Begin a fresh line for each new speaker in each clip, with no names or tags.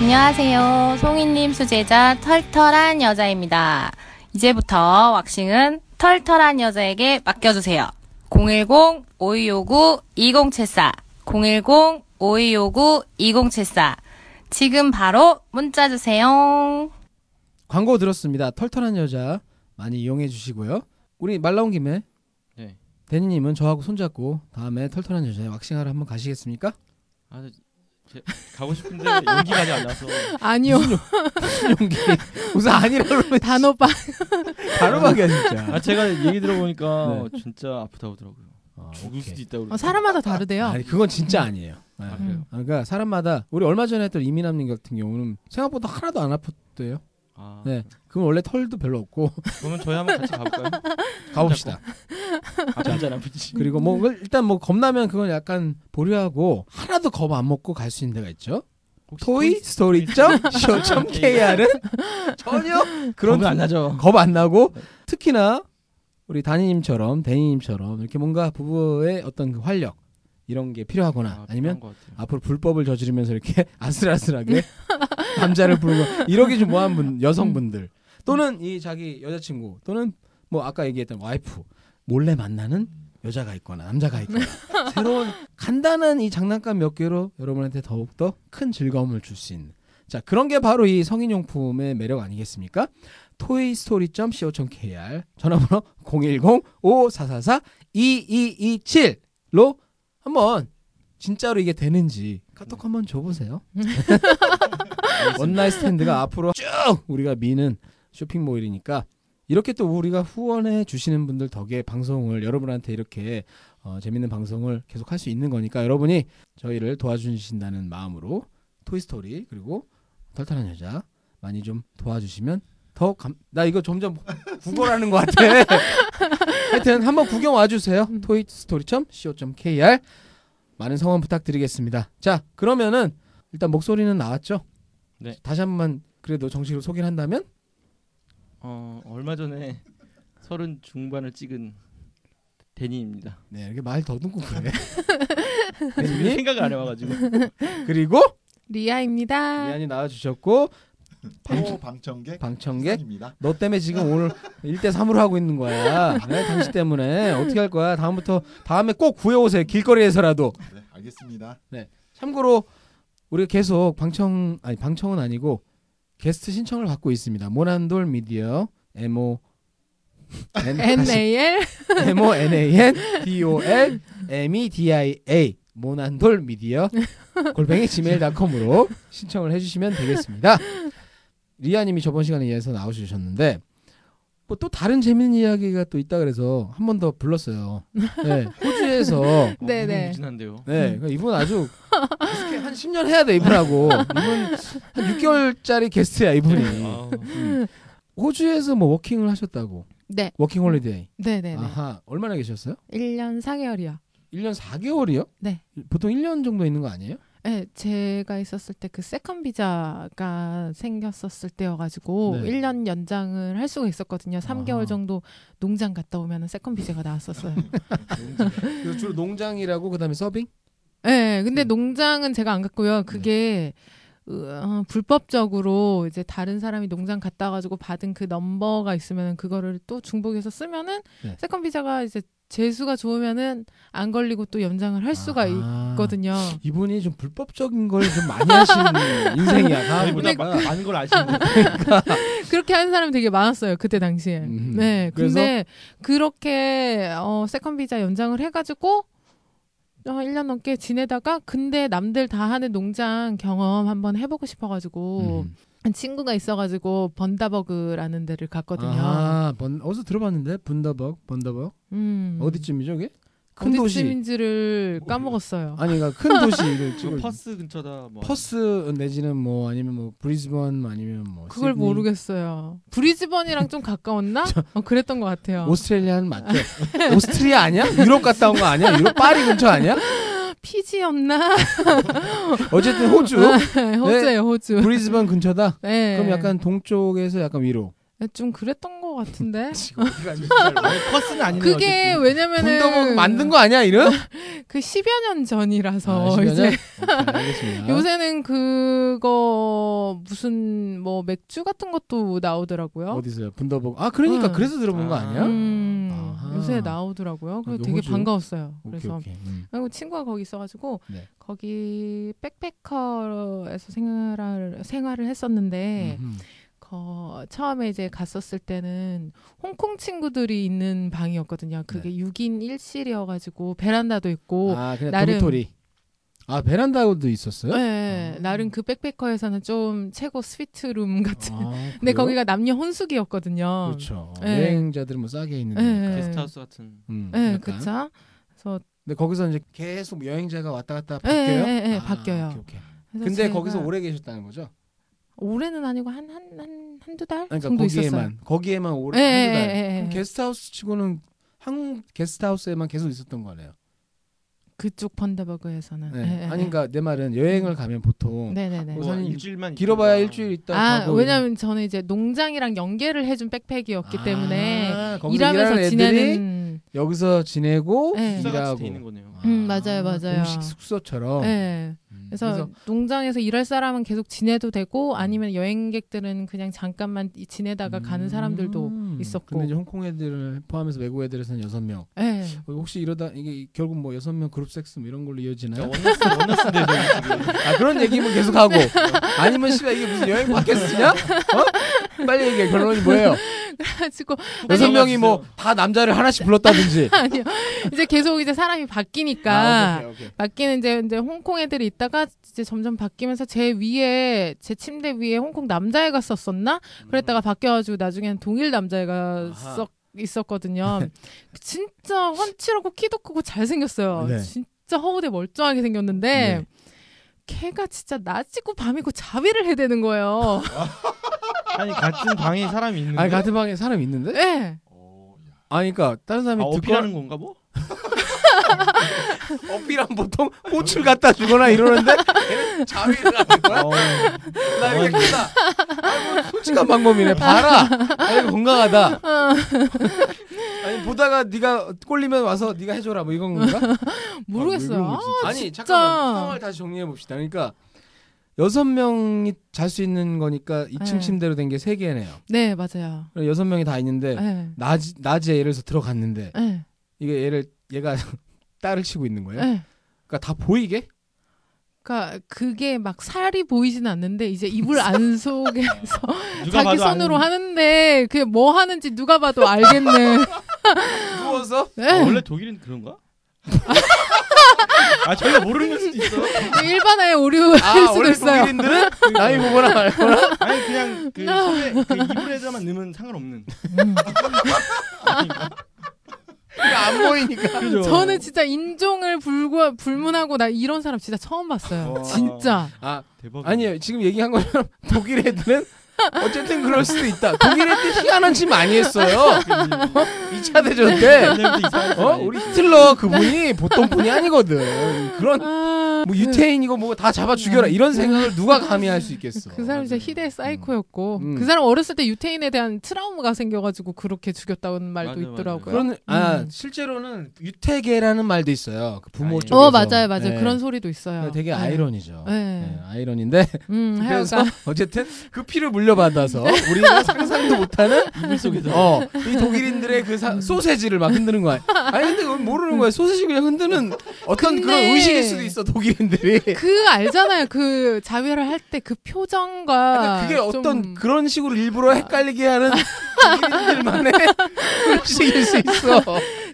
안녕하세요. 송이님 수제자 털털한 여자입니다. 이제부터 왁싱은 털털한 여자에게 맡겨주세요. 010-5259-2074. 010-5259-2074. 지금 바로 문자 주세요.
광고 들었습니다. 털털한 여자 많이 이용해 주시고요. 우리 말 나온 김에
네.
대니님은 저하고 손잡고 다음에 털털한 여자에 왁싱하러 한번 가시겠습니까?
아, 저- 제, 가고 싶은데 용기가 아직 안 나서.
아니요
용기 무슨 아니라 그러면
단호박
바로 가게 진짜.
아, 제가 얘기 들어보니까 진짜 네. 아프다고 하더라고요.
아,
죽을
오케이.
수도 있다고.
어,
그러더라고요.
사람마다 음. 다르대요.
아니 그건 진짜 아니에요. 네.
아,
아,
그래요?
그러니까 사람마다 우리 얼마 전에 했던 이민남님 같은 경우는 생각보다 하나도 안 아팠대요.
아,
네. 그럼 원래 털도 별로 없고
그러면 저희 한번 같이 가볼까요?
가봅시다.
아, 진짜 아프지.
그리고 뭐
음.
그걸 일단 뭐 겁나면 그건 약간 보류하고 하나도 겁 안 먹고 갈 수 있는 데가 있죠.
혹시
토이 스토리 점 쇼점 KR은 전혀 그런
겁은 안 나죠.
겁 안 나고 특히나 우리 다니님처럼 데니님처럼 이렇게 뭔가 부부의 어떤 그 활력 이런 게 필요하거나
아,
아, 니면
것 같아요.
앞으로 불법을 저지르면서 이렇게 아슬아슬하게 남자를 부르고 이러기 좀 뭐한 분 여성분들 또는 이 자기 여자친구 또는 뭐 아까 얘기했던 와이프 몰래 만나는 여자가 있거나 남자가 있거나 새로운 간단한 이 장난감 몇 개로 여러분한테 더욱더 큰 즐거움을 줄 수 있는 자 그런 게 바로 이 성인용품의 매력 아니겠습니까? toystory.co.kr 전화번호 010-5444-2227로 한번 진짜로 이게 되는지 카톡 한번 줘보세요. 원나잇 스탠드가 앞으로 쭉 우리가 미는 쇼핑몰이니까 이렇게 또 우리가 후원해 주시는 분들 덕에 방송을 여러분한테 이렇게 어, 재밌는 방송을 계속 할 수 있는 거니까 여러분이 저희를 도와주신다는 마음으로 토이스토리 그리고 털털한 여자 많이 좀 도와주시면 더 감... 나 이거 점점 구걸하는 것 같아 하여튼 한번 구경 와주세요 토이스토리.co.kr 많은 성원 부탁드리겠습니다 자 그러면은 일단 목소리는 나왔죠
네.
다시 한 번만 그래도 정식으로 소개를 한다면
어, 얼마 전에 서른 중반을 찍은 데니입니다.
네 이렇게 말 더듬고 그래 네,
미리 생각을 안 해와가지고.
그리고
리아입니다.
미안이 나와주셨고 네.
호 방청객
방청객
입니다.
너 때문에 지금 오늘 1대 3으로 하고 있는 거야. 네, 당신 때문에 어떻게 할 거야? 다음부터 다음에 꼭 구해 오세요. 길거리에서라도.
네, 알겠습니다.
참고로 우리가 계속 방청 아니 방청은 아니고 게스트 신청을 받고 있습니다. 모난돌 미디어 M O N
N A L
M O N A N D O L M E D I A 모난돌 미디어 골뱅이 gmail.com으로 신청을 해주시면 되겠습니다. 리아님이 저번 시간에 이어서 나오셨는데 뭐 또 다른 재밌는 이야기가 또 있다 그래서 한 번 더 불렀어요. 네, 호주에서
어,
네네.
무진한데요.
네, 그러니까 이분 아주 익숙해. 한 10년 해야 돼 이분하고 이분 한 6개월짜리 게스트야 이분이 음.
아,
호주에서 뭐 워킹을 하셨다고
네
워킹 홀리데이
네네네.
아하 얼마나 계셨어요?
1년 4개월이요.
1년 4개월이요?
네.
보통 1년 정도 있는 거 아니에요?
네, 제가 있었을 때 그 세컨 비자가 생겼었을 때여가지고
네.
1년 연장을 할 수가 있었거든요. 3개월
아하.
정도 농장 갔다 오면 세컨 비자가 나왔었어요.
그래서 주로 농장이라고 그다음에 서빙?
네, 근데
음.
농장은 제가 안
네.
갔고요. 그게 어, 불법적으로 이제 다른 사람이 농장 갔다 가지고 받은 그 넘버가 있으면 그거를 또 중복해서 쓰면은
네.
세컨 비자가 이제 재수가 좋으면은 안 걸리고 또 연장을 할 수가
아.
있거든요.
이분이 좀 불법적인 걸 좀 많이 하시는 인생이야. 아,
저희보다
가보니까.
뭐 많- 많은 걸그 아시는 거
그렇게 하는 사람이 되게 많았어요 그때 당시에.
음.
네,
그래서?
근데 그렇게 어, 세컨 비자 연장을 해가지고 어, 1년 넘게 지내다가 근데 남들 다 하는 농장 경험 한번 해보고 싶어가지고
음.
친구가 있어가지고 번다버그라는 데를 갔거든요.
아, 번, 어디서 들어봤는데? 분더벅, 번더벅.
음.
어디쯤이죠, 그게? 큰 도시
어디쯤인지를 까먹었어요.
아니 그러니까 큰 도시를
지금
찍을
퍼스 근처다. 뭐
퍼스 내지는 뭐 아니면 뭐 브리즈번 아니면 뭐
그걸
시드니.
모르겠어요. 브리즈번이랑 좀 가까웠나? 어, 그랬던 것 같아요.
오스트레일리아는 맞죠? 오스트리아 아니야? 유럽 갔다 온 거 아니야? 유럽 파리 근처 아니야?
피지였나?
어쨌든 호주
호주예요, 호주.
브리즈번 근처다.
네.
네. 그럼 약간 동쪽에서 약간 위로.
좀 그랬던 것 같은데.
퍼스는 아니네.
그게 왜냐면은
군더먹 만든 거 아니야 이름?
그 10여 년 전이라서
아, 십여 년?
이제
오케이, 알겠습니다.
요새는 그거 무슨 뭐 맥주 같은 것도 나오더라고요.
어디서요? 분더벅. 아 그러니까
응.
그래서 들어본 거 아니야?
음,
아하.
요새 나오더라고요.
아,
그래서
이거
되게
호주?
반가웠어요.
오케이
그래서
오케이. 음.
그리고 친구가 거기 있어가지고
네.
거기 백패커에서 생활을 생활을 했었는데
음.
거, 처음에 이제 갔었을 때는 홍콩 친구들이 있는 방이었거든요. 그게 6인 1실이어가지고 베란다도 있고
네. 아 그냥
나름-
도미토리. 아 베란다도 있었어요?
네,
아.
나름 그 백패커에서는 좀 최고 스위트룸 같은.
아,
근데
그래요?
거기가 남녀 혼숙이었거든요.
그렇죠.
네.
여행자들은 뭐 싸게 있는
네.
거니까.
게스트하우스 같은.
음,
네,
약간.
그쵸. 그래서,
근데 거기서 이제 계속 여행자가 왔다 갔다
네,
바뀌어요?
네, 네,
아,
바뀌어요.
오케이, 오케이.
그래서
근데
제가
거기서 오래 계셨다는 거죠?
올해는 아니고 한 한 한 한 두 달
그러니까
정도
거기에만
있었어요.
거기에만 오래
예,
한두 달.
예, 예, 예.
그럼 게스트하우스 치고는 한국 게스트하우스에만 계속 있었던 거네요.
그쪽 펀더버그에서는.
네. 아니 그러니까 내 말은 여행을 가면 보통
예, 네네네.
뭐
사장님,
일주일만
길어봐야
있다가
일주일 있다
아
가고
왜냐면 저는 이제 농장이랑 연계를 해준 백팩이었기
아,
때문에
거기서 일하는
일하면서
애들이
지내는.
여기서 지내고
네.
식사 같이 돼 있는
일하고
거네요.
음, 맞아요, 맞아요.
공식 숙소처럼
네.
음,
그래서, 농장에서 일할 사람은 계속 지내도 되고 아니면 여행객들은 그냥 잠깐만 이- 지내다가 가는 사람들도
음,
있었고.
근데 이제 홍콩 애들을 포함해서 외국 애들에서는 여섯 명
예.
어, 혹시 이러다 이게 결국 뭐 여섯 명 그룹 섹스 뭐 이런 걸로 이어지나요?
원나스 원나스 대전.
아 그런 얘기만 계속 하고 아니면 씨발 이게 무슨 여행 팟캐스트냐? 어? 빨리 얘기해 결론이 뭐예요?
그래가지고
여섯 명이 뭐 다 남자를 하나씩 불렀다든지.
아니요 이제 계속 이제 사람이
아,
바뀌니까
오케이, 오케이.
바뀌는 이제 이제 홍콩 애들이 있다가 이제 점점 바뀌면서 제 위에 제 침대 위에 홍콩 남자애가 썼었나 그랬다가 바뀌어가지고 나중에는 동일 남자애가
음. 아하.
썩 있었거든요. 진짜 환칠하고 키도 크고 잘생겼어요.
네.
진짜 허우대 멀쩡하게 생겼는데
네.
걔가 진짜 낮이고 밤이고 자위를 해대는 거예요.
아니 같은 방에 사람이 있는데.
아니 같은 방에 사람 있는데?
네.
오, 야.
아니 그러니까 다른
아,
사람이 듣고
어필하는 건가 뭐?
어필한 보통 꽃을 갖다 주거나 이러는데 걔는 자위를 하는 거야?
어,
나 이렇게 크다. 아이고, 뭐 솔직한 방법이네. 봐라. 아이고 건강하다. 어. 아니 보다가 네가 꼴리면 와서 네가 해줘라 뭐 이건 건가?
모르겠어요.
아, 니
진짜.
잠깐만 상황을 다시 정리해 봅시다. 그러니까 여섯 명이 잘 수 있는 거니까 2층
네.
침대로 된 게 세 개네요.
네, 맞아요.
그럼 여섯 명이 다 있는데
네.
낮 낮에 예를 들어서 들어갔는데
네.
이게 얘를 얘가 딸을 치고 있는 거예요.
네.
그러니까 다 보이게
그러니까 그게 막 살이 보이진 않는데 이제 이불 안 속에서
누가 봐도
자기 손으로
아는-
하는데 그게 뭐 하는지 누가 봐도 알겠는.
누워서
네.
아, 원래 독일은 그런가? 아 저희가 모르는 걸 수도 있어.
일반화의 오류일
아
수도
원래
있어요.
독일인들은 나이 보거나 말거나
아니 그냥 그 손에 그 이불에다만 넣으면 상관없는.
음.
안 보이니까.
그죠?
저는 진짜 인종을 불구, 불문하고 나 이런 사람 진짜 처음 봤어요.
와.
진짜.
아
대박.
아니에요. 지금 얘기한 것처럼 독일 애들은 어쨌든 그럴 수도 있다. 독일 애들 희한한 짓 많이 했어요. 2차
네.
대전 때. 네. 어? 우리 히틀러 그분이 보통 분이 아니거든. 그런
아,
뭐 유태인이고 뭐 다 잡아 죽여라 이런 생각을 누가 감히 할 수 있겠어.
그 사람 진짜 희대의 사이코였고
음.
그 사람 어렸을 때 유태인에 대한 트라우마가 생겨가지고 그렇게 죽였다는 말도
맞아요,
있더라고요.
그런 아
음.
실제로는 유태계라는 말도 있어요. 그 부모
아니에요.
쪽에서.
어 맞아요 맞아요
네.
그런 소리도 있어요.
되게
네.
아이러니죠.
네.
네, 아이러니인데
음
그래서
하여간
어쨌든 그 피를 물려받아서 우리가 상상도 못하는
이불 속에서.
어, 이 독일인들의 그 사- 소세지를 막 흔드는 거야. 아니 근데 그건 모르는 거야. 소세지 그냥 흔드는 어떤
근데-
그런 의식일 수도 있어 독일인들이.
그 알잖아요 그 자위를 할 때 그 표정과
그게
아, 좀-
어떤 그런 식으로 일부러 헷갈리게 하는 독일인들만의 의식일 수 있어.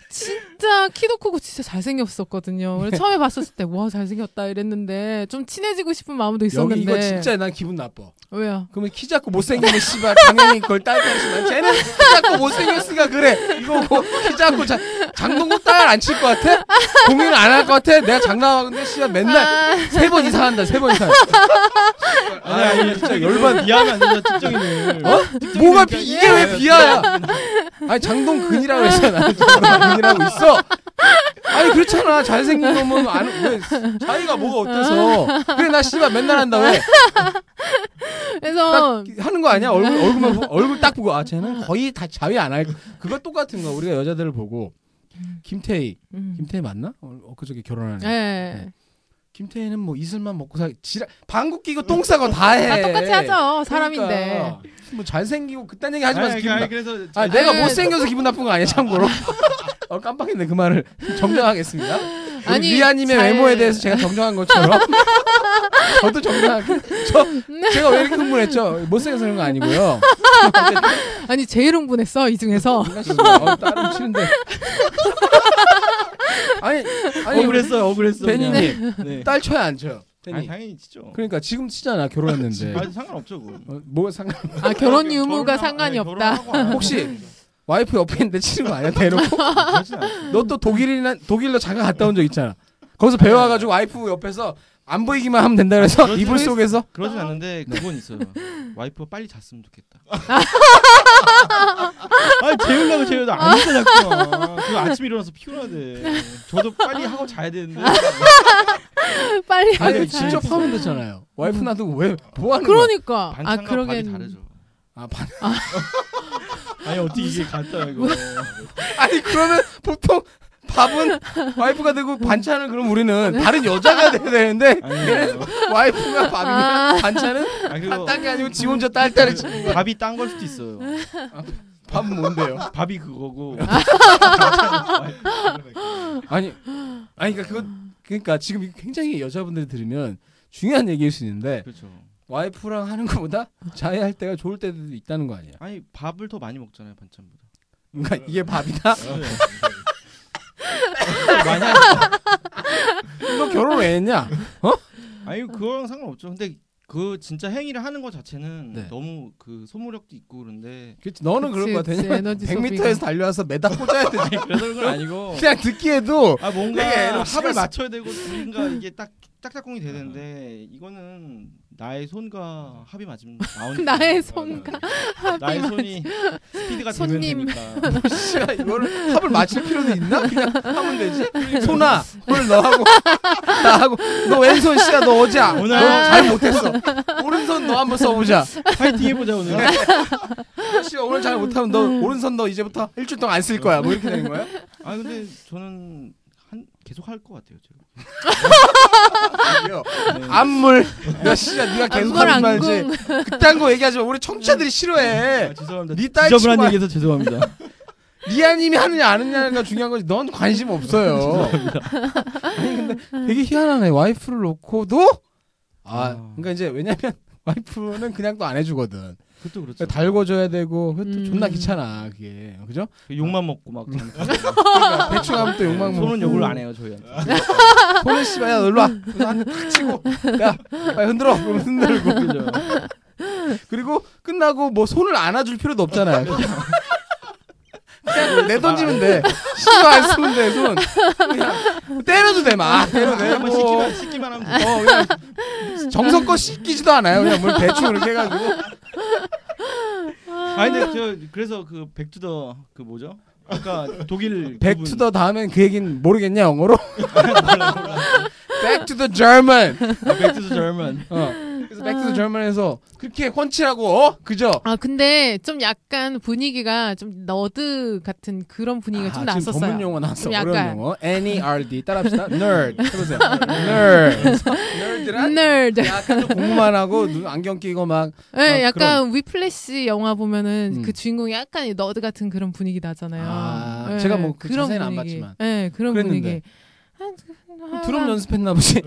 진짜 키도 크고 진짜 잘생겼었거든요.
네.
그래서 처음에 봤었을 때 와 잘생겼다 이랬는데 좀 친해지고 싶은 마음도
여기
있었는데
이거 진짜 난 기분 나빠.
왜요?
그러면 키 작고 못생기면 씨발 당연히 그걸 딸 것이지만 쟤는 뭐 키 작고 못생겼으니까 그래. 이거고 키 작고 자 장동건 딸안 칠 것 같아? 고민을 안 할 것 같아? 내가 장담하는데 씨발 맨날
아,
세 번 이상한다 세 번 이상.
아니 아니 진짜 열받 비하면 안 된다 특정인을.
어? 뭐가 비, 이게 왜 비하야? 아니 장동근이라고 했잖아. 장동근이라고 있어. 아니 그렇잖아. 잘생긴 놈은 안왜 자기가 뭐가 어때서? 그래 나 씨발 맨날 한다 왜?
그래서
딱 하는 거 아니야? 얼굴 얼굴만 보- 얼굴 딱 보고 아 쟤는 거의 다 자위 안 할. 그거 똑같은 거 우리가 여자들을 보고 김태희
음.
김태희 맞나? 어, 엊그저께 결혼하는. 애.
예.
김태희는 뭐 이슬만 먹고 사 지랄 방구 끼고 똥 싸고 다 해.
다 똑같이 하죠 사람인데.
예. 그러니까. 뭐 잘생기고 그딴 얘기 하지 마세요.
아니,
기분 나-
아니, 그래서
아,
저-
내가
아니,
못생겨서 기분 나쁜 거 아니야, 참고로. 어, 깜빡했네, 그 말을. 정정하겠습니다.
아니,
아니, 리아님의
잘-
외모에 대해서 제가 정정한 것처럼. 저도 정정하게. 저, 제가 왜 이렇게 흥분했죠? 못생겨서 그런 거 아니고요.
아니 제일 흥분했어 이 중에서.
어, 따로 치는데. 아니, 아니,
억울했어요 억울했어. 그냥.
베니님.
네.
딸 쳐야 안 쳐요.
아니
베니.
당연히 치죠.
그러니까 지금 치잖아, 결혼했는데.
아 상관없죠 그건.
어, 뭐 상관,
아 결혼
결혼하-
유무가
네,
상관이 없다.
결혼하고 안 하고
혹시 와이프 옆에 있는데 치는 거 아니야, 대놓고?
그러진 않죠.
너 또 독일이나 독일로 잠깐 갔다 온 적 있잖아. 거기서 배워와가지고 와이프 옆에서 안 보이기만 하면 된다 그래서
그럴
이불
수도
속에서
그러진
아.
않는데
네.
그건 있어요. 와이프가 빨리 잤으면 좋겠다. 아 재우려고 재우다 안 자, 자꾸. 그 아침에 일어나서 피곤하대. 저도 빨리 하고 자야
아.
되는데.
빨리.
아니
하고
직접
잘-
하면 되잖아요. 와이프 나도 왜 뭐 하는 거야?
그러니까. 아
반찬과
그러게.
밥이 다르죠.
아, 반-
아니 어떻게 이게 같다 이거.
아니 그러면 보통 밥은 와이프가 되고 반찬은 그럼 우리는 다른 여자가 돼야 되는데
아니 뭐.
와이프가 밥이면 반찬은
아 그리고
딴게 아니고 지 혼자 딸딸이 치-
밥이 딴 걸 수도 있어요.
밥은 뭔데요?
밥이 그거고.
아.
아니 아니 그러니까 그건 그러니까 지금 이거 굉장히 여자분들이 들으면 중요한 얘기일 수 있는데
그렇죠.
와이프랑 하는 것보다 자해할 때가 좋을 때도 있다는 거 아니야?
아니 밥을 더 많이 먹잖아요 반찬보다.
그러니까
네.
이게 밥이다.
만약
너 결혼 왜 했냐?
아니 그거랑 상관없죠. 근데 그 진짜 행위를 하는 것 자체는
네.
너무 그 소모력도 있고 그런데
그치, 너는
그치,
그럴 것
그치,
같아.
에너지
100m에서
소비가.
달려와서 매다 꽂아야 되지.
아니, 그래서 그건 아니고
그냥 듣기에도
아
되게
뭔가
에너지가
합을
있어.
맞춰야 되고 둘인가 이게 딱 딱딱공이 돼야 되는데 이거는 나의 손과 합이 맞으면 나오는
나의
거예요.
손과
나의 손이 스피드가 되면
손님.
되니까
씨가 이거를 합을 맞출 필요도 있나? 그냥 하면 되지. 소나 오늘 너하고 나하고 너 왼손 씨야 너 어제
오늘
너잘 못했어. 오른손 너 한번 써보자.
파이팅 해보자 오늘
씨 오늘 잘 못하면 너 오른손 너 이제부터 일주일 동안 안 쓸 거야. 뭐 이렇게 되는 거야?
아 근데 저는 한 계속 할 것 같아요 지금 네.
이게요.
아,
안물 야 씨야 네가 계속
아, 안물
하지
안궁.
말지. 그딴 거 얘기하지 마. 우리 청취자들이 싫어해.
아, 죄송합니다
네 딸
지저분한
친구야.
얘기해서 죄송합니다
리아님이 하느냐 안 하느냐가 중요한 거지. 넌 관심 없어요. 아니 근데 되게 희한하네. 와이프를 놓고도 아
아.
그러니까 이제 왜냐면 와이프는 그냥 또 안 해주거든.
그것도 그렇죠
그러니까 달궈줘야 되고 그것도
음.
존나 귀찮아 그게 그죠?
욕만 먹고 막 잠깐
음. 그러니까 대충 하면 또 욕망 먹고
손은 욕을 안 해요 저희한테
손은 씨발 야 놀러 와. 그래서 한대탁 치고 야 빨리 흔들어. 그러면 흔들고
그죠
그리고 끝나고 뭐 손을 안아줄 필요도 없잖아요. 그냥 내 던지면 돼. 신경 안 쓰면 돼 손. 그냥 때려도 돼 막.
아,
때려도 돼.
한번
뭐.
씻기만 씻기만 하면
어
예.
그냥 정성껏 씻기지도 않아요. 그냥 뭘 대충 이렇게 해가지고
아 근데 저 그래서 그 백투더 그 뭐죠? 아까 독일
백투더 다음엔 그 얘긴 모르겠냐 영어로? Back to the German.
아, 백투더 젊은
어. 그래서 Back to the German에서 그렇게 훤칠하고 어? 그죠?
아 근데 좀 약간 분위기가 좀 너드 같은 그런 분위기가 좀
아, 지금 전문
났었어요.
용어 나왔어.
좀
어려운
약간.
용어. N E R D 따라합시다. Nerd 해보세요. Nerd. Nerd란
널드.
약간 좀 공부만 하고 눈 안경 끼고 막
네,
아,
약간 위플래시 영화 보면은
음.
그 주인공이 약간 이 너드 같은 그런 분위기 나잖아요.
아,
예,
제가 뭐그
그런
자세히는 안
분위기.
봤지만.
예, 그런
그랬는데.
분위기. 아,
드럼
아,
연습했나 보지.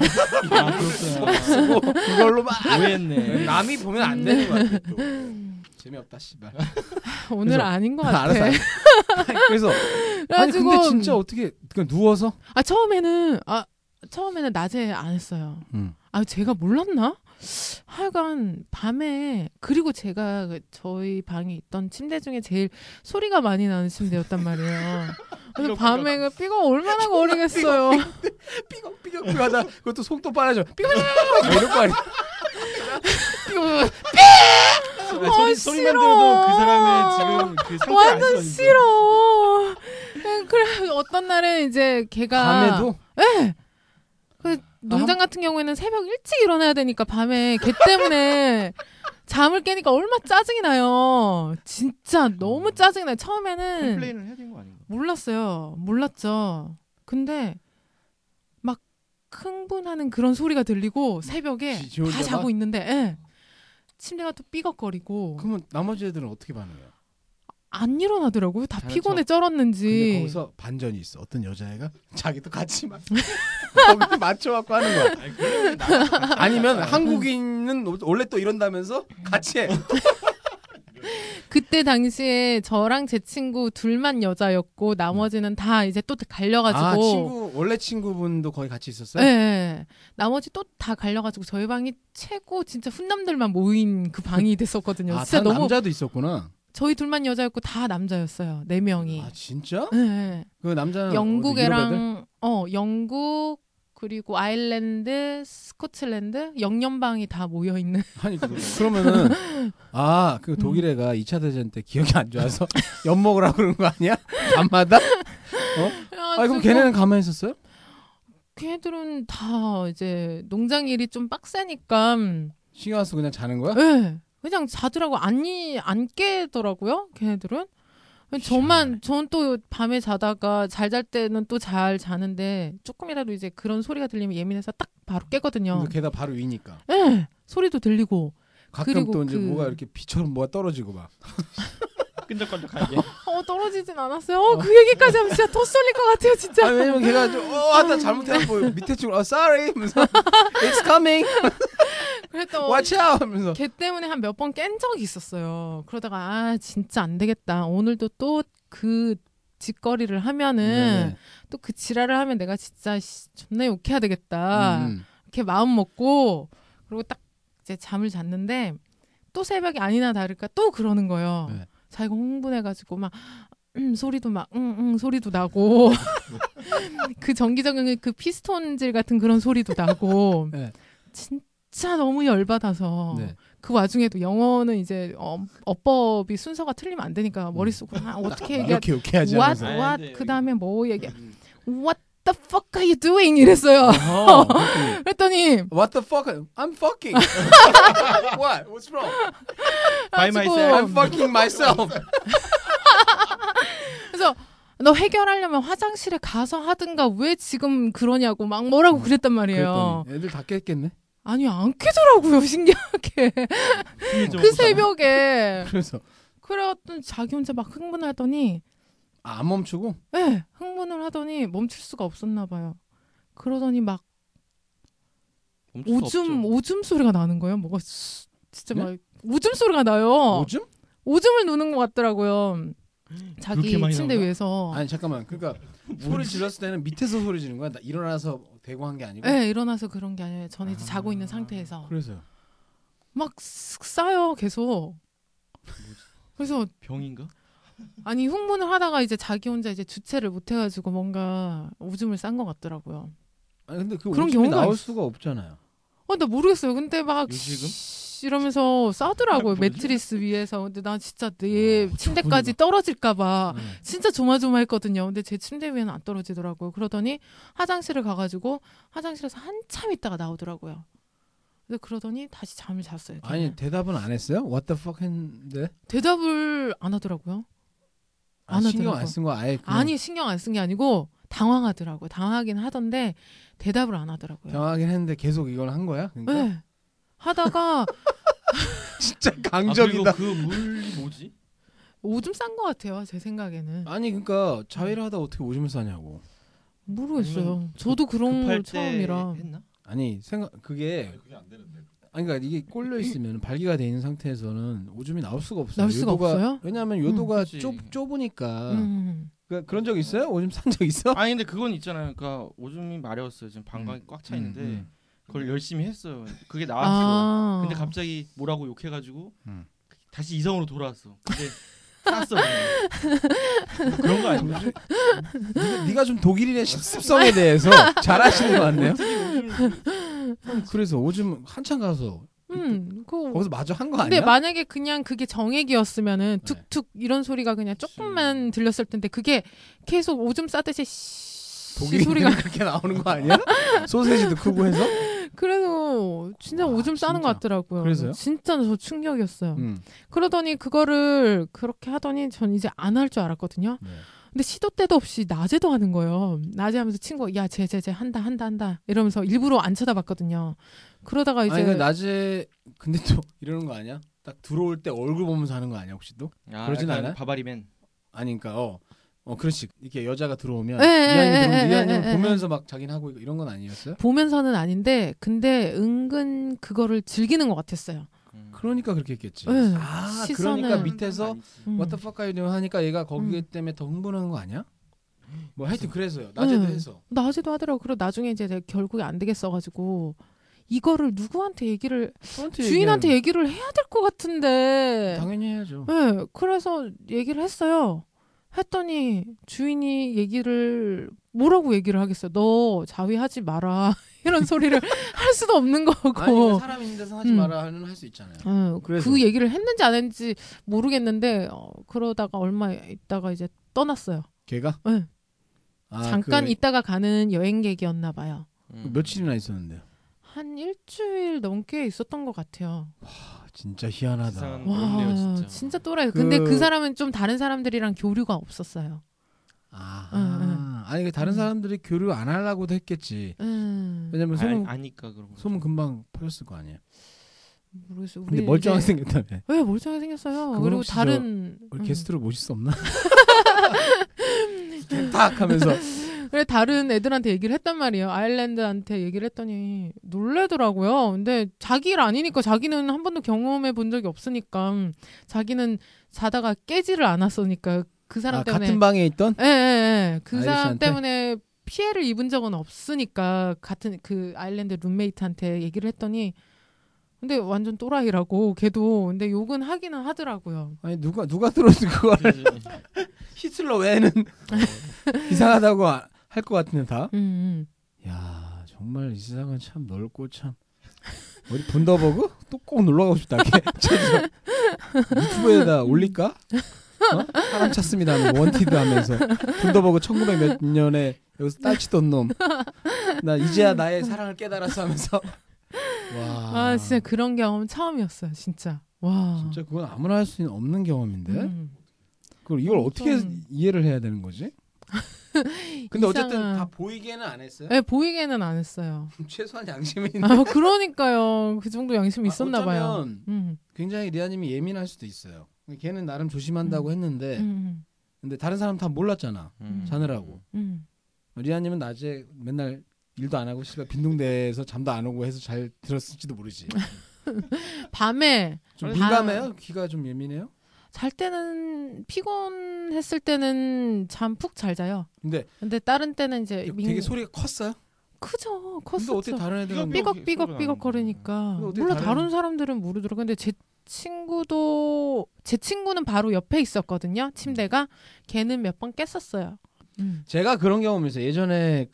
아 그렇구나
쓰고 이걸로 막
아,
오해했네 아,
남이 보면 안 되는 거 같아.
그
또. 재미없다 씨발.
오늘
그래서-
아닌 것 같아.
알았어. 알았어. 그래서 아니
그래가지고
근데 진짜 어떻게 그냥 누워서
아 처음에는 아 처음에는 낮에 안 했어요.
음.
아 제가 몰랐나? 하여간 밤에 그리고 제가 그 저희 방에 있던 침대 중에 제일 소리가 많이 나는 침대였단 말이에요. 그래서 밤에 그 삐걱 얼마나 거리겠어요.
삐걱삐걱 하다 그것도 속도 빨라져 삐걱삐걱 이럴 거
그러니까.
아니야
어,
소리, 소리만 들어도 그 사람의 지금 그 상태를 알
완전
수
싫어. 음, 그래 어떤 날은 이제 걔가 그
밤에도
농장 같은 경우에는 새벽 일찍 일어나야 되니까 밤에 걔 때문에 잠을 깨니까 얼마 짜증이 나요. 진짜 너무
음.
짜증이 나요. 처음에는
컴플레인을 해야 되는 거 아닌가?
몰랐어요. 몰랐죠. 근데 막 흥분하는 그런 소리가 들리고 새벽에
지- 어. 지 혼자가?
다 자고 있는데 예. 침대가 또 삐걱거리고
그러면 나머지 애들은 어떻게 반응해요?
안 일어나더라고요. 다
잘한
피곤해
근데
쩔었는지.
거기서 반전이 있어 어떤 여자애가 자기도 같이 막 거기도 맞춰갖고 하는 거야
아니, 그러면 나-
아니면 한국인은 원래 또 이런다면서 같이 해
그때 당시에 저랑 제 친구 둘만 여자였고 나머지는 다 이제 또 갈려가지고
아 친구 원래 친구분도 거기 같이 있었어요?
어. 네. 나머지 또 다 갈려가지고 저희 방이 최고 진짜 훈남들만 모인 그 방이 됐었거든요.
아,
진짜
다른
너무
남자도 있었구나.
저희 둘만 여자였고 다 남자였어요. 네 명이.
아 진짜?
네.
그 남자는
영국
어디 유럽 애들?
애랑 어 영국 그리고 아일랜드, 스코틀랜드, 영연방이 다 모여 있는.
아니 그- 그러면은
음.
아그 독일 애가 2차 대전 때 기억이 안 좋아서 엿 먹으라고 그런 거 아니야? 밤마다? 아 그럼 걔네는 가만히 있었어요?
걔들은 다 이제 농장 일이 좀 빡세니까.
신경 안 쓰고 그냥 자는 거야?
네. 그냥 자더라고 안이 안 깨더라고요. 걔네들은. 저만 전 또 밤에 자다가 잘 잘 때는 또 잘 자는데 조금이라도 이제 그런 소리가 들리면 예민해서 딱 바로 깨거든요.
근데 걔다 바로 위니까
네. 소리도 들리고
가끔
그리고
또 이제
그-
뭐가 이렇게 비처럼 뭐가 떨어지고 막
끈적끈적하게
어 떨어지진 않았어요. 어, 그 얘기까지 하면 진짜 더 쏠릴 것 같아요, 진짜.
아 왜냐면 걔가 좀어나 잘못했고 밑에 쪽으로 아 sorry 하면서 it's coming
그랬던
watch out 하면서
걔 때문에 한 몇 번 깬 적이 있었어요. 그러다가 아 진짜 안 되겠다. 오늘도 또 그 짓거리를 하면은
네네.
또 그 지랄을 하면 내가 진짜 씨, 존나 욕해야 되겠다.
음.
이렇게 마음 먹고 그리고 딱 이제 잠을 잤는데 또 새벽이 아니나 다를까 또 그러는 거예요.
네.
자기가 흥분해가지고 막 음, 소리도 막 응응 소리도 나고 그 전기적인 그 피스톤질 같은 그런 소리도 나고
네.
진짜 너무 열받아서
네.
그 와중에도 영어는 이제 어, 어법이 순서가 틀리면 안 되니까 머릿속으로 아, 어떻게 얘기하
음. 이렇게 이렇게 하지
what
않아서
하면서. 아,
what
근데
그 다음에 뭐 얘기 what the fuck are you doing 이랬어요
음.
그랬더니
What the fuck? I'm fucking. What? What's wrong?
By
아, 가지고
myself.
I'm fucking myself.
그래서 너 해결하려면 화장실에 가서 하든가 왜 지금 그러냐고 막
음,
뭐라고 그랬단 말이에요.
그랬더니 애들 다 깼겠네.
아니 안 깨더라고요 신기하게 그 새벽에
그래서
그래갖던 자기 혼자 막 흥분하더니
아, 안 멈추고
예 흥분을 하더니 멈출 수가 없었나 봐요. 그러더니 막
멈출 수
오줌
없죠.
오줌 소리가 나는 거예요. 뭐가 수- 진짜
네?
막 오줌 소리가 나요.
오줌?
오줌을 누는 것 같더라고요. 자기
그렇게 많이
침대
나온다?
위에서
아니 잠깐만. 그러니까 소리 질렀을 때는 밑에서 소리 지는 거야. 나 일어나서 대고 한 게 아니고.
예 일어나서 그런 게 아니에요. 저는 이제 자고 있는 상태에서
그래서
막 쓱 싸요 계속. 그래서
병인가? 아,
아니 흥분을 하다가 이제 자기 혼자 이제 주체를 못 해가지고 뭔가 오줌을 싼 것 같더라고요.
아니 근데 그
그런
오줌이
경우가
나올
있-
수가 없잖아요.
어, 나 모르겠어요. 근데 막
요식음?
씨- 이러면서 싸더라고요.
뭐지?
매트리스 위에서. 근데 나 진짜 내
어,
침대까지 떨어질까봐
네.
진짜 조마조마했거든요. 근데 제 침대 위에는 안 떨어지더라고요. 그러더니 화장실을 가가지고 화장실에서 한참 있다가 나오더라고요. 근데 그러더니 다시 잠을 잤어요.
아니
걔는.
대답은 안 했어요? What the fuck 했는데?
대답을 안 하더라고요.
아,
안
신경
하더라고.
안 쓴 거 아예 그냥
아니 신경 안 쓴 게 아니고 당황하더라고요. 당황하긴 하던데 대답을 안 하더라고요.
당황하긴 했는데 계속 이걸 한 거야? 그러니까
네. 하다가
진짜
아, 그리고
강적이다.
그 물이 뭐지?
오줌 싼 것 같아요. 제 생각에는
아니 그러니까 자위를 하다 어떻게 오줌을 싸냐고.
모르겠어요.
아니면
저도 그런
급할
걸
때
처음이라.
했나?
아니 생각 그게
그게 안 되는데.
아니 그러니까 이게 꼴려 있으면 발기가 돼 있는 상태에서는 오줌이 나올 수가 없어요.
나올 수가
요도가-
없어요?
왜냐하면 요도가
그치.
좁 좁으니까.
음.
그러니까 그런 적 있어요? 오줌 산 적 있어?
아니 근데 그건 있잖아요. 그러니까 오줌이 마려웠어요. 지금 방광이 꽉 차 있는데
음, 음.
그걸 열심히 했어요. 그게 나왔어.
아.
근데 갑자기 뭐라고 욕해가지고
음.
다시 이성으로 돌아왔어. 근데 땄어. 그냥. 뭐 그런 거 아니야?
음. 네가, 네가 좀 독일인의 습성에 대해서 잘 아시는 것 같네요. 음, 그래서 오줌 한참 가서
음, 그
거기서 마저 한 거
근데
아니야? 네.
만약에 그냥 그게 정액이었으면은 툭툭 이런 소리가 그냥
음.
조금만 들렸을 텐데 그게 계속 오줌 싸듯이 씨 소리가
독일인들이 그렇게 나오는 거 아니야? 소세지도 크고 해서?
그래도 진짜
아,
오줌 싸는
진짜.
것 같더라고요.
그래서요?
진짜 저 충격이었어요.
음.
그러더니 그거를 그렇게 하더니 전 이제 안 할 줄 알았거든요.
네.
근데 시도 때도 없이 낮에도 하는 거예요. 낮에 하면서 친구가 야, 쟤, 쟤, 쟤 한다, 한다, 한다 이러면서 일부러 안 쳐다봤거든요. 그러다가 이제
아니 근데 낮에 근데 또 이러는 거 아니야? 딱 들어올 때 얼굴 보면서 하는 거 아니야 혹시 또?
아,
그러진
약간
않아요?
바바리맨.
아니 그러니까 어, 어 그렇지 이렇게 여자가 들어오면
예, 예,
이한이
예,
들어오면
예,
이한이를
예, 예,
보면서 막 자기는 하고 있고 이런 건 아니었어요?
보면서는 아닌데 근데 은근 그거를 즐기는 것 같았어요.
음.
그러니까 그렇게 했겠지.
예.
아
시선을-
그러니까 밑에서
아니지.
음.
What the fuck are you doing 하니까 얘가 거기 때문에 더 흥분하는 거 아니야? 뭐 하여튼 그래서요. 낮에도
음.
해서.
낮에도 하더라고. 그리고 나중에 이제 내가 결국에 안 되겠어가지고 이거를 누구한테 얘기를 주인한테 얘기를 해야 될 것 같은데.
당연히 해야죠.
네, 그래서 얘기를 했어요. 했더니 주인이 얘기를 뭐라고 얘기를 하겠어요. 너 자위하지 마라 이런 소리를 할 수도 없는
아니 그러니까
거고.
사람 있는 데서 하지
음.
마라는 할 수 있잖아요.
어,
그래서.
그 얘기를 했는지 안 했는지 모르겠는데 어, 그러다가 얼마 있다가 이제 떠났어요.
걔가
네,
아,
잠깐
그
있다가 가는 여행객이었나 봐요.
음.
며칠이나 있었는데요.
한 일주일 넘게 있었던 것 같아요.
아, 진짜 희한하다.
세상은
와,
어렵네요, 진짜.
진짜 또라이.
그-
근데 그 사람은 좀 다른 사람들이랑 교류가 없었어요.
아,
응,
아니 그 다른
어, 음.
사람들이 교류 안 하려고도 했겠지.
음,
왜냐면 소문
아, 아니까 그런 거.
소문 금방 퍼졌을 거 아니야.
모르겠어요.
그 근데
우리
멀쩡하게
이제-
생겼다며.
왜 멀쩡하게 생겼어요?
그건
그리고
혹시
다른
우리
음.
게스트로 모실 수 없나? 탁 하면서
그래 다른 애들한테 얘기를 했단 말이에요. 아일랜드한테 얘기를 했더니 놀래더라고요. 근데 자기 일 아니니까 자기는 한 번도 경험해 본 적이 없으니까 음, 자기는 자다가 깨지를 않았으니까 그 사람
아,
때문에
같은 방에 있던
예, 예, 예. 그
아이리시한테?
사람 때문에 피해를 입은 적은 없으니까 같은 그 아일랜드 룸메이트한테 얘기를 했더니 근데 완전 또라이라고 걔도 근데 욕은 하기는 하더라고요.
아니 누가 누가 들어서 그걸
그래서
히틀러 외에는 이상하다고 할 것 같은데 다.
음, 음.
야 정말 이 세상은 참 넓고 참 어디 분더버그 또 꼭 놀러 가고 싶다. 걔. 진짜. 유튜브에다 올릴까? 어? 사람 찾습니다. 하면 원티드 하면서 분더버그 1900 몇 년에 여기서 딸치던 놈. 나 이제야 나의 사랑을 깨달았어 하면서. 와.
아, 진짜 그런 경험 처음이었어요, 진짜. 와.
진짜 그건 아무나 할 수 없는 경험인데.
음.
그걸 이걸 어떻게
좀-
이해를 해야 되는 거지? 근데 어쨌든
음. 이상한-
다 보이게는 안 했어요.
네, 보이게는 안 했어요.
최소한 양심이 있는.
아, 그러니까요. 그 정도 양심이
아,
있었나 봐요.
어쩌면
음.
굉장히 리아님이 예민할 수도 있어요. 걔는 나름 조심한다고 했는데,
음.
근데 다른 사람 다 몰랐잖아.
음.
자느라고.
음.
리아님은 낮에 맨날 일도 안 하고 실가 빈둥대에서 잠도 안 오고 해서 잘 들었을지도 모르지.
음. 밤에
좀
다-
민감해요? 귀가 좀 예민해요?
잘 때는 피곤했을 때는 잠 푹 잘 자요.
근데
근데 다른 때는 이제 민...
되게 소리가 컸어요?
크죠.
근데
컸었죠.
어떻게 다른 애들은
삐걱-
삐걱삐걱삐걱 거리니까
근데 어떻게
몰라
다른-
다른 사람들은 모르더라고. 근데 제 친구도 제 친구는 바로 옆에 있었거든요. 침대가 걔는 몇 번 깼었어요. 음.
제가 그런 경험이 있어요. 예전에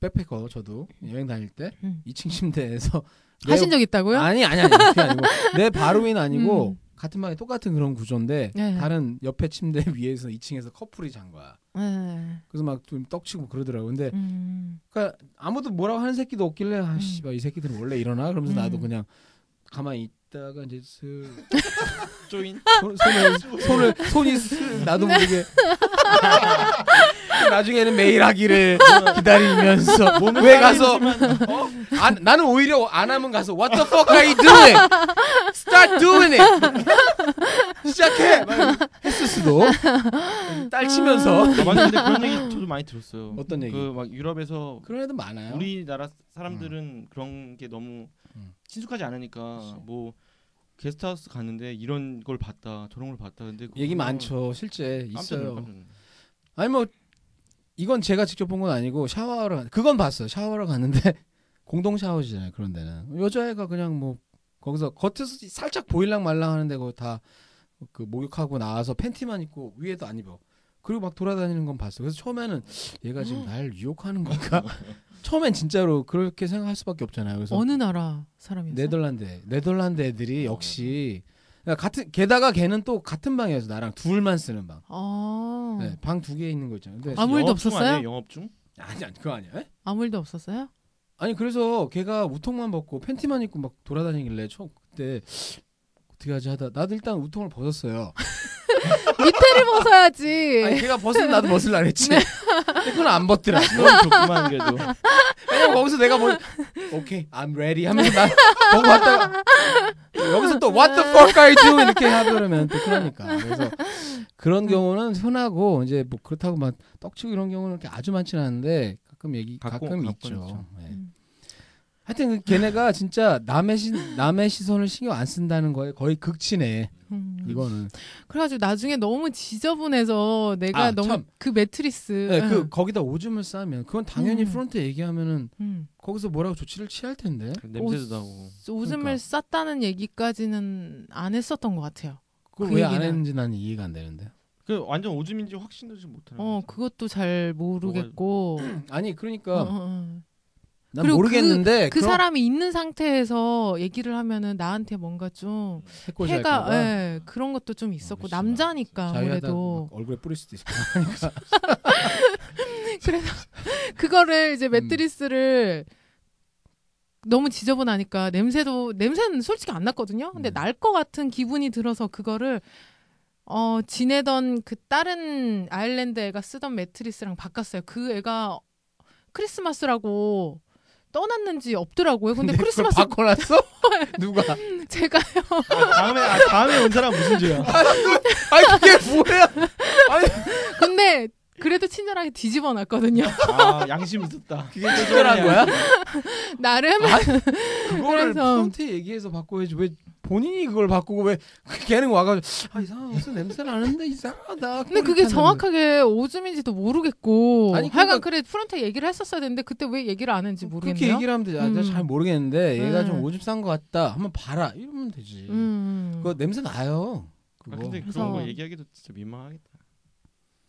백패커 저도 여행 다닐 때
음.
2층 침대에서 내-
하신 적 있다고요?
아니 아니 아니 그게 아니고 내 바로 위는 아니고
음.
같은 방에 똑같은 그런 구조인데
네.
다른 옆에 침대 위에서 2층에서 커플이 잔 거야.
네.
그래서 막 좀 떡치고 그러더라고. 근데
음.
그러니까 아무도 뭐라고 하는 새끼도 없길래 아
음.
씨발 이 새끼들은 원래 이러나 그러면서 나도
음.
그냥 가만히 있다가 이제 슬
조인.
손, 손을 손을 손이 슬 나도 모르게 나중에는 매일 하기를 기다리면서 왜 가서 어? 안- 나는 오히려 안 하면 가서 What the fuck are you doing? Start doing it. 시작해. 막 했을 수도 딸치면서
아, 맞아. 근데 그런 얘기 저도 많이 들었어요.
어떤 얘기?
그 막 유럽에서
그런 애들 많아요.
우리나라 사람들은 그런 게 너무
음.
친숙하지 않으니까
그치.
뭐 게스트하우스 갔는데 이런 걸 봤다 저런 걸 봤다 근데 그거
얘기 많죠. 실제
깜짝 놀랐어요.
있어요. 아니 뭐 이건 제가 직접 본 건 아니고 샤워하러 가- 그건 봤어요. 샤워하러 갔는데 공동 샤워지잖아요. 그런 데는 여자애가 그냥 뭐 거기서 겉에서 살짝 보일랑 말랑 하는데 그거 다 그 목욕하고 나와서 팬티만 입고 위에도 안 입어. 그리고 막 돌아다니는 건 봤어. 그래서 처음에는 얘가 지금 날 유혹하는 건가? 처음엔 진짜로 그렇게 생각할 수밖에 없잖아요. 그래서
어느 나라 사람이었어?
네덜란드 네덜란드 애들이 역시 그러니까 같은 게다가 걔는 또 같은 방이어서 나랑 둘만 쓰는 방.
아
네, 방 두 개 있는 거 있잖아요. 근데
아무 일도
영업 중
없었어요?
아니에요? 영업 중?
아니 아니 그거 아니야? 에?
아무 일도 없었어요?
아니 그래서 걔가 우통만 벗고 팬티만 입고 막 돌아다니길래 처음 그때 어떻게 하지 하다 나도 일단 우통을 벗었어요.
밑에를 벗어야지.
아니 걔가 벗으면 나도 벗을라 그랬지. 근데 그건 안 벗더라.
그건 좋구만 그래도.
왜냐면 거기서 내가 뭐 오케이 I'm ready 하면서 나 보고 왔다가 여기서 또 What the fuck are you doing 이렇게 하더라면 또 그러니까 그래서 그런 경우는 흔하고 이제 뭐 그렇다고 막 떡치고 이런 경우는 이렇게 아주 많지는 않은데 가끔 얘기
가끔-
가끔,
가끔
있죠.
있죠.
예.
음.
하여튼 그 걔네가 진짜 남의 시, 남의 시선을 신경 안 쓴다는 거에 거의 극치네
음.
이거는.
그래가지고 나중에 너무 지저분해서 내가
아,
너무
참.
그 매트리스.
네,
응.
그 거기다 오줌을 싸면 그건 당연히
음.
프론트 얘기하면은
음.
거기서 뭐라고 조치를 취할 텐데.
냄새도 나고.
오줌을
그러니까.
쌌다는 얘기까지는 안 했었던 것 같아요.
그걸
그
왜 안
얘기는-
했는지 난 이해가 안 되는데.
그 완전 오줌인지 확신도 지금
음.
못하는.
어, 그것도 잘 모르겠고.
아니
어,
그러니까
어, 어.
난
그리고
모르겠는데
그
네, 그런
사람이 있는 상태에서 얘기를 하면은 나한테 뭔가 좀
해코지
해가
할까봐
예, 그런 것도 좀 있었고
아, 그렇지.
남자니까
자유하다 뭐
아무래도
막 얼굴에 뿌릴 수도 있고
그거를
음.
이제 매트리스를 너무 지저분하니까 냄새도 냄새는 솔직히 안 났거든요. 근데
음.
날 것 같은 기분이 들어서 그거를 어 지내던 그 다른 아일랜드 애가 쓰던 매트리스랑 바꿨어요. 그 애가 크리스마스라고 떠났는지 없더라고요. 근데 크리스마스
바꿔놨어 누가
제가
아, 다음에 아, 다음에 온 사람 무슨 죄야?
아니 그게 뭐야
근데 그래도 친절하게 뒤집어 놨거든요.
아 양심 있었다.
그게 특별한 거야 아,
나름
그거를
그래서-
폰트 얘기해서 바꿔야지 왜 본인이 그걸 바꾸고 왜 걔는 와가지고 아 이상한 무슨 냄새 나는데 이상하다
근데 그게 정확하게 오줌인지도 모르겠고
아니,
하여간
그러니까-
그래 프론트에 얘기를 했었어야 되는데 그때 왜 얘기를 안 했는지
그렇게
모르겠네요.
얘기를 하면 되지 아,
음.
내가 잘 모르겠는데 얘가
음.
좀 오줌 싼 것 같다 한번 봐라 이러면 되지
음.
그거 냄새 나요
아,
그거
근데
그래서-
그런 거 얘기하기도 진짜 민망하겠다.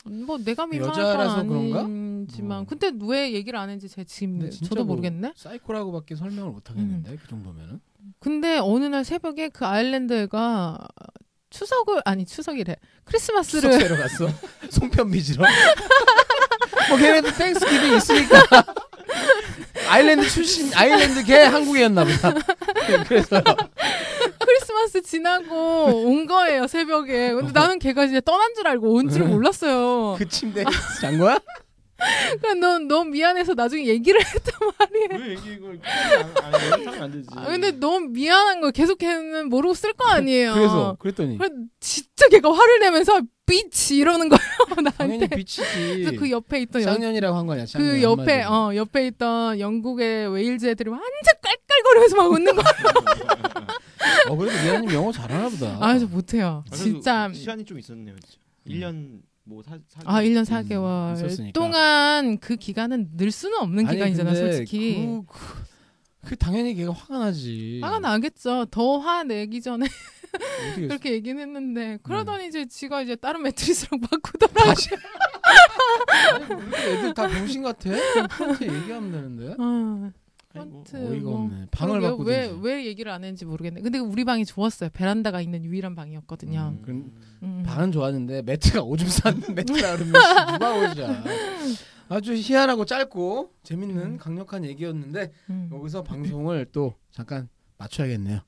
뭐 내가 민망한
그 여자라서
건
그런가?
아니지만
뭐.
근데 왜 얘기를 안 했는지 제 지금
근데 진짜
저도
뭐
모르겠네.
사이코라고밖에 설명을 못
음.
하겠는데 그 정도면은
근데 어느 날 새벽에 그 아일랜드 애가 추석을 아니 추석이래 크리스마스를
추석새로 갔어 송편미지로 뭐 걔네도 땡스기빙 있으니까 아일랜드 출신 아일랜드 걔 한국이었나 보다 그래서
크리스마스 지나고 온 거예요 새벽에. 근데 나는 걔가 이제 떠난 줄 알고 온
네.
줄 몰랐어요.
그 침대에 잔 거야?
그러니까 넌 너무 미안해서 나중에 얘기를 했단 말이에요.
왜 얘기 이걸 안, 안, 얘기하면 안 되지.
음.
아, 근데 너무 미안한 거 계속 걔는 모르고 쓸 거 아니에요.
그래서 그랬더니
그래, 진짜 걔가 화를 내면서 비치 이러는 거예요
당연히
나한테.
비치지
그래서 그 옆에 있던 여,
쌍년이라고 한 거냐 쌍년
그 옆에
한마디로.
어 옆에 있던 영국의 웨일즈 애들이 완전 깔깔거리면서 막 웃는 거야.
어 그래도 미아님 영어 잘하나 보다
아저 못해요.
아, 그래도
진짜
시간이 좀 있었네요. 진짜. 1년 뭐사 사.
아 1년
음,
4개월
있었으니까.
동안 그 기간은 늘 수는 없는
아니,
기간이잖아
근데
솔직히.
그, 그, 그 당연히 걔가 화가 나지
화가 나겠죠. 더 화내기 전에
어떻게
그렇게 얘기는 했는데 그러더니
음.
이제 지가 이제 다른 매트리스랑 바꾸더라고.
다시 아니, 뭐 이렇게 애들 다 병신 같아? 그한테 얘기하면 되는데
어.
아이고.
폰트
어이가
뭐.
없네 방을
그러게요.
바꾸든지
왜, 왜 얘기를 안 했는지 모르겠네. 근데 우리 방이 좋았어요. 베란다가 있는 유일한 방이었거든요.
嗯
음, 그럼
음.
방은 좋았는데 매트가 오줌 싼 매트라 그러면 누가 오자 아주 희한하고 짧고 재밌는
음.
강력한 얘기였는데
음.
여기서 방송을 또 잠깐 맞춰야겠네요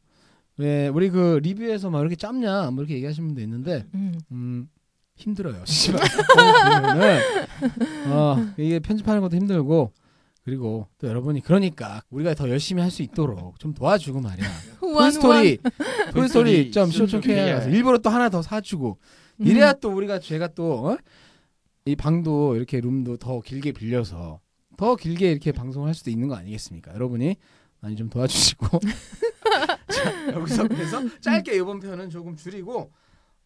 왜 우리 그 리뷰에서 막 이렇게 짧냐 뭐 이렇게 얘기하시는 분도 있는데
음.
음 힘들어요. 씨발. 보면은 어 이게 편집하는 것도 힘들고 그리고 또 여러분이 그러니까 우리가 더 열심히 할 수 있도록 좀 도와주고 말이야. 그
후원, 후원.
톨스토리 톨스토리 점 쇼, 점 k r 가서 일부러 또 하나 더 사주고
음.
이래야 또 우리가 제가 또 이 방도 이렇게 룸도 더 길게 빌려서 더 길게 이렇게 방송을 할 수도 있는 거 아니겠습니까? 여러분이 많이 좀 도와주시고 자, 여기서 그래서 짧게 이번 편은 조금 줄이고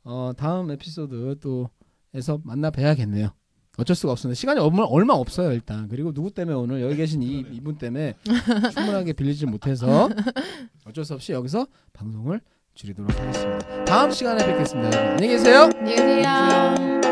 어, 다음 에피소드 또에서 만나 뵈야겠네요. 어쩔 수가 없습니다. 시간이 얼마, 얼마 없어요 일단. 그리고 누구 때문에 오늘 여기 계신 이 이분 때문에 충분하게 빌리지 못해서 어쩔 수 없이 여기서 방송을 줄이도록 하겠습니다. 다음 시간에 뵙겠습니다. 여러분. 안녕히 계세요.
안녕히 계세요.